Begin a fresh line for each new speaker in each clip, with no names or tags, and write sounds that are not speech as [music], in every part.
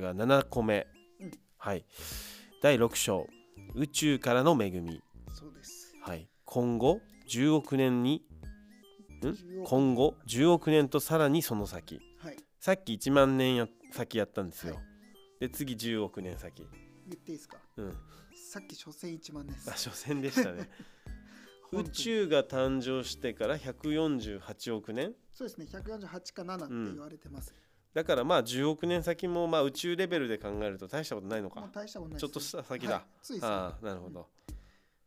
が7個目、
うん
はい第6章「宇宙からの恵み
そうです」
はい、今後10億年に
10
ん
億
今後10億年とさらにその先
はい
さっき1万年や先やったんですよ、
はい
で次10億年先
言っていいですか
うん
さっき初戦1万です
あ初戦でしたね
[laughs] 本
宇
当に
宙が誕生してから148億年
そうですね148か7って言われてます、
だからまあ10億年先もまあ宇宙レベルで考えると大したことないの
もう
か
大したことないで
ちょ
すね
っとした先だ、
はいついですね
ああなるほど、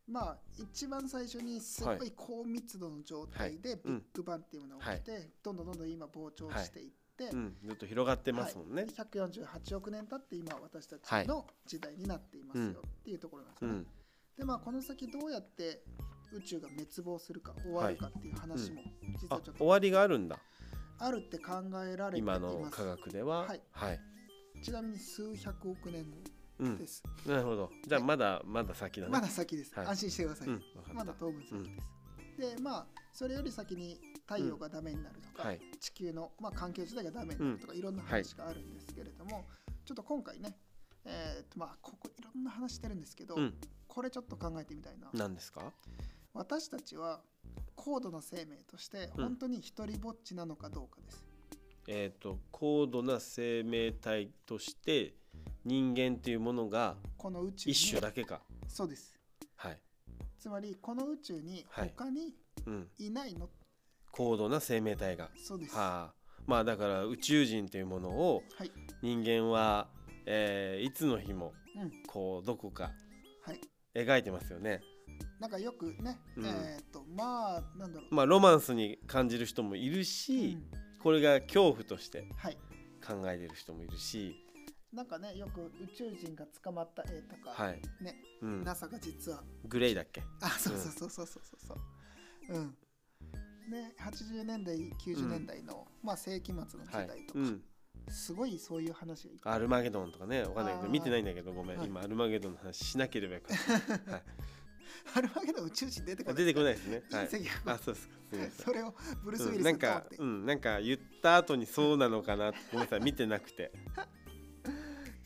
まあ一番最初にすごい高密度の状態でビ
うん
ッグバンっていうものが起きて、どんどんどんどん今膨張していって、
うん、ずっと広がってますもんね、
で148億年経って今私た
は
ち
い
の時代になっています
うん
よっていうところなんです
う
ね。
ん
でまあこの先どうやって宇宙が滅亡するか終わるかっていう話も実
あ
はちょ
終
っと
わりがあるんだ
あるって考えられてい
今
ま
の
す
科。学では
はい
はい、
ちなみに数百億年
う
後で
ん、
す。
なるほどじゃあまだまだ先だね
まだ先です。
はい
安心してください。
うんわかった
まだ当分先です。でまあそれより先に太陽がダメになるとか、
はい
地球の、まあ、環境自体がダメになるとか、いろんな話があるんですけれども、ちょっと今回ね、えーとまあ、ここいろんな話してるんですけど、
うん
これちょっと考えてみたいな
何ですか
私たちは高度な生命として
うん
本当に一人ぼっちなのかどうかです、
えっ、と高度な生命体として人間というものが
この宇宙に
一種だけか
そうです
はい、
つまりこの宇宙に
はい
他に
うん、
いないの、
高度な生命体が
そうです、
はあまあだから宇宙人というものを
はい
人間は、えーいつの日も
うん
こうどこか
はい
描いてますよね
なんかよくね、
うん
えっ、とまあなんだろう、
まあロマンスに感じる人もいる
う
し、
ん
これが恐怖として
はい
考えてる人もいるし
なんかねよく宇宙人が捕まった絵とか、
はい、
ね
うん、
NASA が実は
グレイだっけ
あそうそうそうそうそうそうそううんね80年代90年代の、まあ世紀末の時
は
代
い
と、か、
うん、
すごいそういう話がいっぱい
アルマゲドンとかねわかんないけ
あ
ど
ー
見てないんだけどごめん、
はい
今アルマゲドンの話しなければよか
[laughs]
っ
あるわけで宇宙人出てこ
た
ない
出てこないですね、はい、
隕石が
あそうですかすみません
それをブルース・ウィ
う
リ
ん
ス
な
が
ん
止ま
か
って、、
うん、なんか言った後にそうなのかなってごめんなさい見てなくて、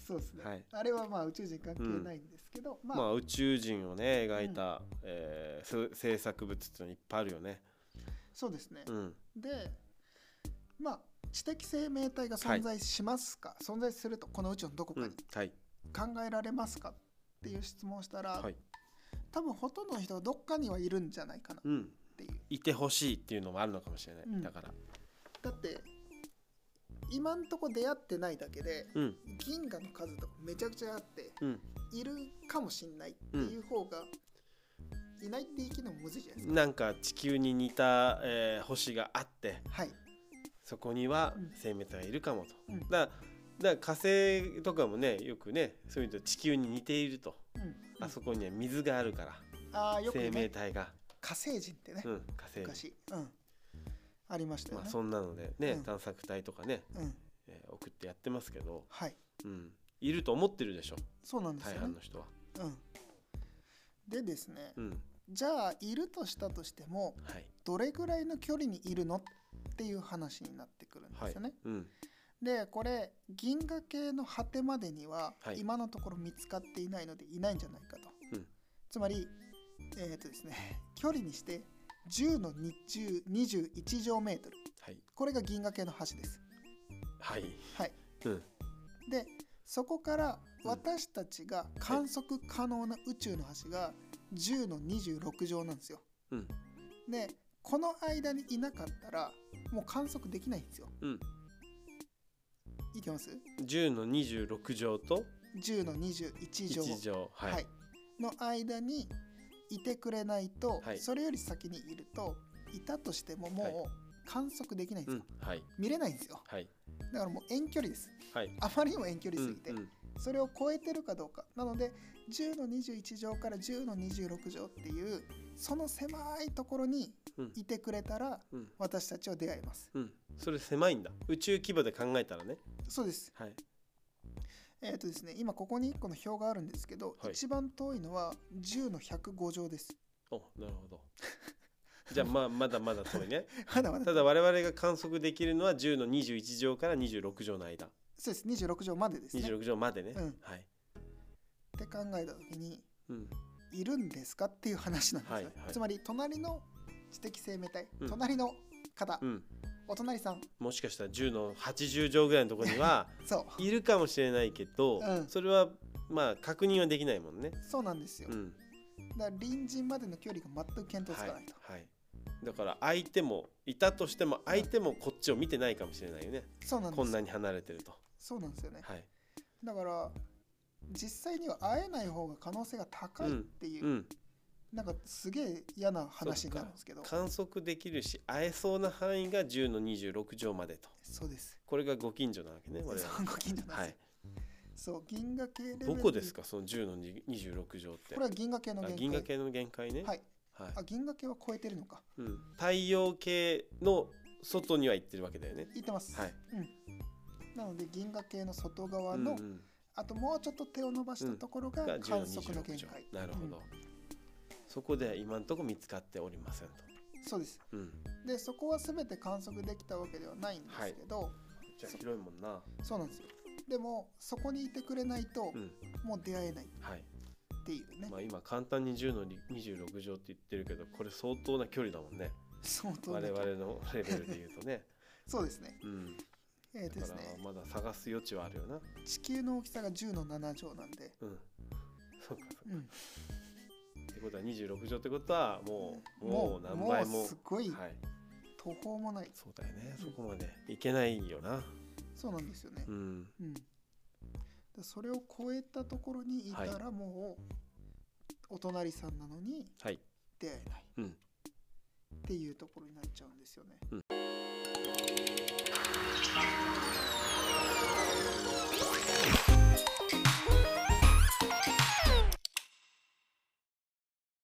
そうですね、
はい
あれはまあ宇宙人関係ないんですけど、 [laughs] ま
ま
あ、
あ、宇宙人をね描いた、えーす制作物っていうのいっぱいあるよね、
そうですね
う、ん、
でまあ知的生命体が存在しますか、存在するとこの宇宙のどこか
う
に
ん、はい
考えられますかっていう質問をしたら、
はい、
多分ほとんどの人はどっかにはいるんじゃないかなっ
うん、
ていう
いてほしいっていうのもあるのかもしれない、
うん
だから
だって今んとこ出会ってないだけで
うん
銀河の数とかめちゃくちゃあって
うん
いるかもしんないっていう方が、いないって言い切るのもむずいじゃないですか、
なんか地球に似た、えー星があって
はい
そこには
うん
生命体がいるかもと、
うん
だだから火星とかもねよくねそういうと地球に似ていると、
うんうん
あそこには水があるから、
あーよく
生命
ね
体が、
火星人ってね、
うん、火星人
昔、うん、ありましたよ
ま
ね、
あそんなのでね、
うん
探索隊とかね、
うん
えー送ってやってますけど、
はい
うん、いると思ってるでしょ
そうなんです
大
よね
半の人は。
うん、でですね、
うん
じゃあいるとしたとしても
はい
どれぐらいの距離にいるのっていう話になってくるんですよね。
うん
でこれ銀河系の果てまでには
はい
今のところ見つかっていないのでいないんじゃないかと、
うん
つまりえっ、とですね距離にして10の20 21乗メートル
はい
これが銀河系の端です
はい
はい
うん
でそこから
うん
私たちが観測可能な宇宙の端が10の26乗なんですよ
うん
でこの間にいなかったらもう観測できないんですよ
うん
いけます
10の26乗と
?10 の21乗
1乗はい、
はいの間にいてくれないと、
はい
それより先にいるといたとしてももう観測できないんで
う
す
ん
よ、
はい
見れないんですよ
はい
だからもう遠距離です
はい
あまりにも遠距
う
離すぎ
ん
て、
うん
それを超えてるかどうかなので10の21乗から10の26乗っていうその狭いところに
うん
いてくれたら
うん
私たちは出会います
うんそれ狭いんだ宇宙規模で考えたらね
そうです
はい
えっ、とですね今ここに1個の表があるんですけど、
はい
一番遠いのは10の105乗です [laughs]
おなるほど [laughs] じゃあまあまだま
[laughs]
だ遠いね
まだまだ
ただ我々が観測できるのは10の21乗から26乗の間
そうです26条までですね。っ
26条までね、
うん
はい、
て考えた時に
うん、
いるんですかっていう話なんですよね、
はいはい
つまり隣の知的生命体、
うん
隣の方、
うん、
お隣さん
もしかしたら10の80条ぐらいのところに
[laughs]
は
そう
いるかもしれないけど、
うん
それはまあ確認はできないもんね。
そうなんですよ、
うん、
だから隣人までの距離が全く見当つ
は
か
い、
ないと、
はい。だから相手もいたとしても相手もこっちを見てないかもしれないよね。
そうなんです
こんなに離れてると。
そうなんですよね
はい。
だから実際には会えない方が可能性が高いっていう、
うん。
なんかすげえ嫌な話になるんですけど
観測できるし会えそうな範囲が10の26条までと。
そうです
これがご近所なわけね。我々
そうご近所なんですよ、
はい。
そう銀河系レベル
どこですかその10の26条って。
これは銀河系の
あ
限界
銀河系の限界ね。
はい
はい。
あ銀河系は超えてるのか
うん。太陽系の外には行ってるわけだよね。
言ってます、
はい
うん、なので銀河系の外側
うん
の、
うん
あともうちょっと手を伸ばしたところが
が
観
10
測
の
の
26
限
条
界、。
なるほど
う。
そこで今のところ見つかっておりませんと。
んそうです
うん。
でそこは全て観測できたわけではないんですけど、
じゃあ広いもんな。
そうなんですよでもそこにいてくれないと、
うん。
もう出会えない
はい。
っていうね、
まあ今簡単に10の26乗って言ってるけど、これ相当な距離だもんね。
相当
我
ね
々のレベルで言うとね。
そうですね
うん。
えー、
だ
で
か
す
ら
ね
まだ探す余地はあるよな。
地球の大きさが10の7乗なんで、
うん。そうかそうか。
うん、
ってことは26乗ってことはもうも
も
う
う
何倍も。
もうすごい
はい。
途方もない
そうだよね。
う
そ
ん
こまでいけないよな。
そうなんですよね
うん。
うん、でそれを超えたところにいたらもうお隣さんなのに
はい。
出会えない、
うん
っていうところになっちゃうんですよね。
うん